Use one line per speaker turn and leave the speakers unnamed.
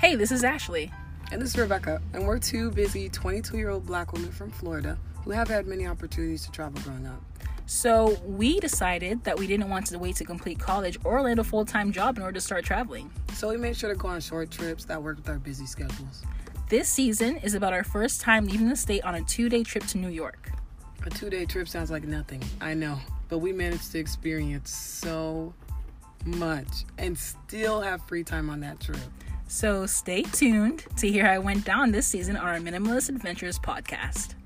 Hey, this is Ashley.
And this is Rebecca, and we're two busy 22 year old black women from Florida who have had many opportunities to travel growing up.
So, we decided that we didn't want to wait to complete college or land a full time job in order to start traveling.
So we made sure to go on short trips that worked with our busy schedules.
This season is about our first time leaving the state on a two day trip to New York.
A two day trip sounds like nothing, I know, but we managed to experience so much and still have free time on that trip.
So, stay tuned to hear how I went down this season on our Minimalist Adventures podcast.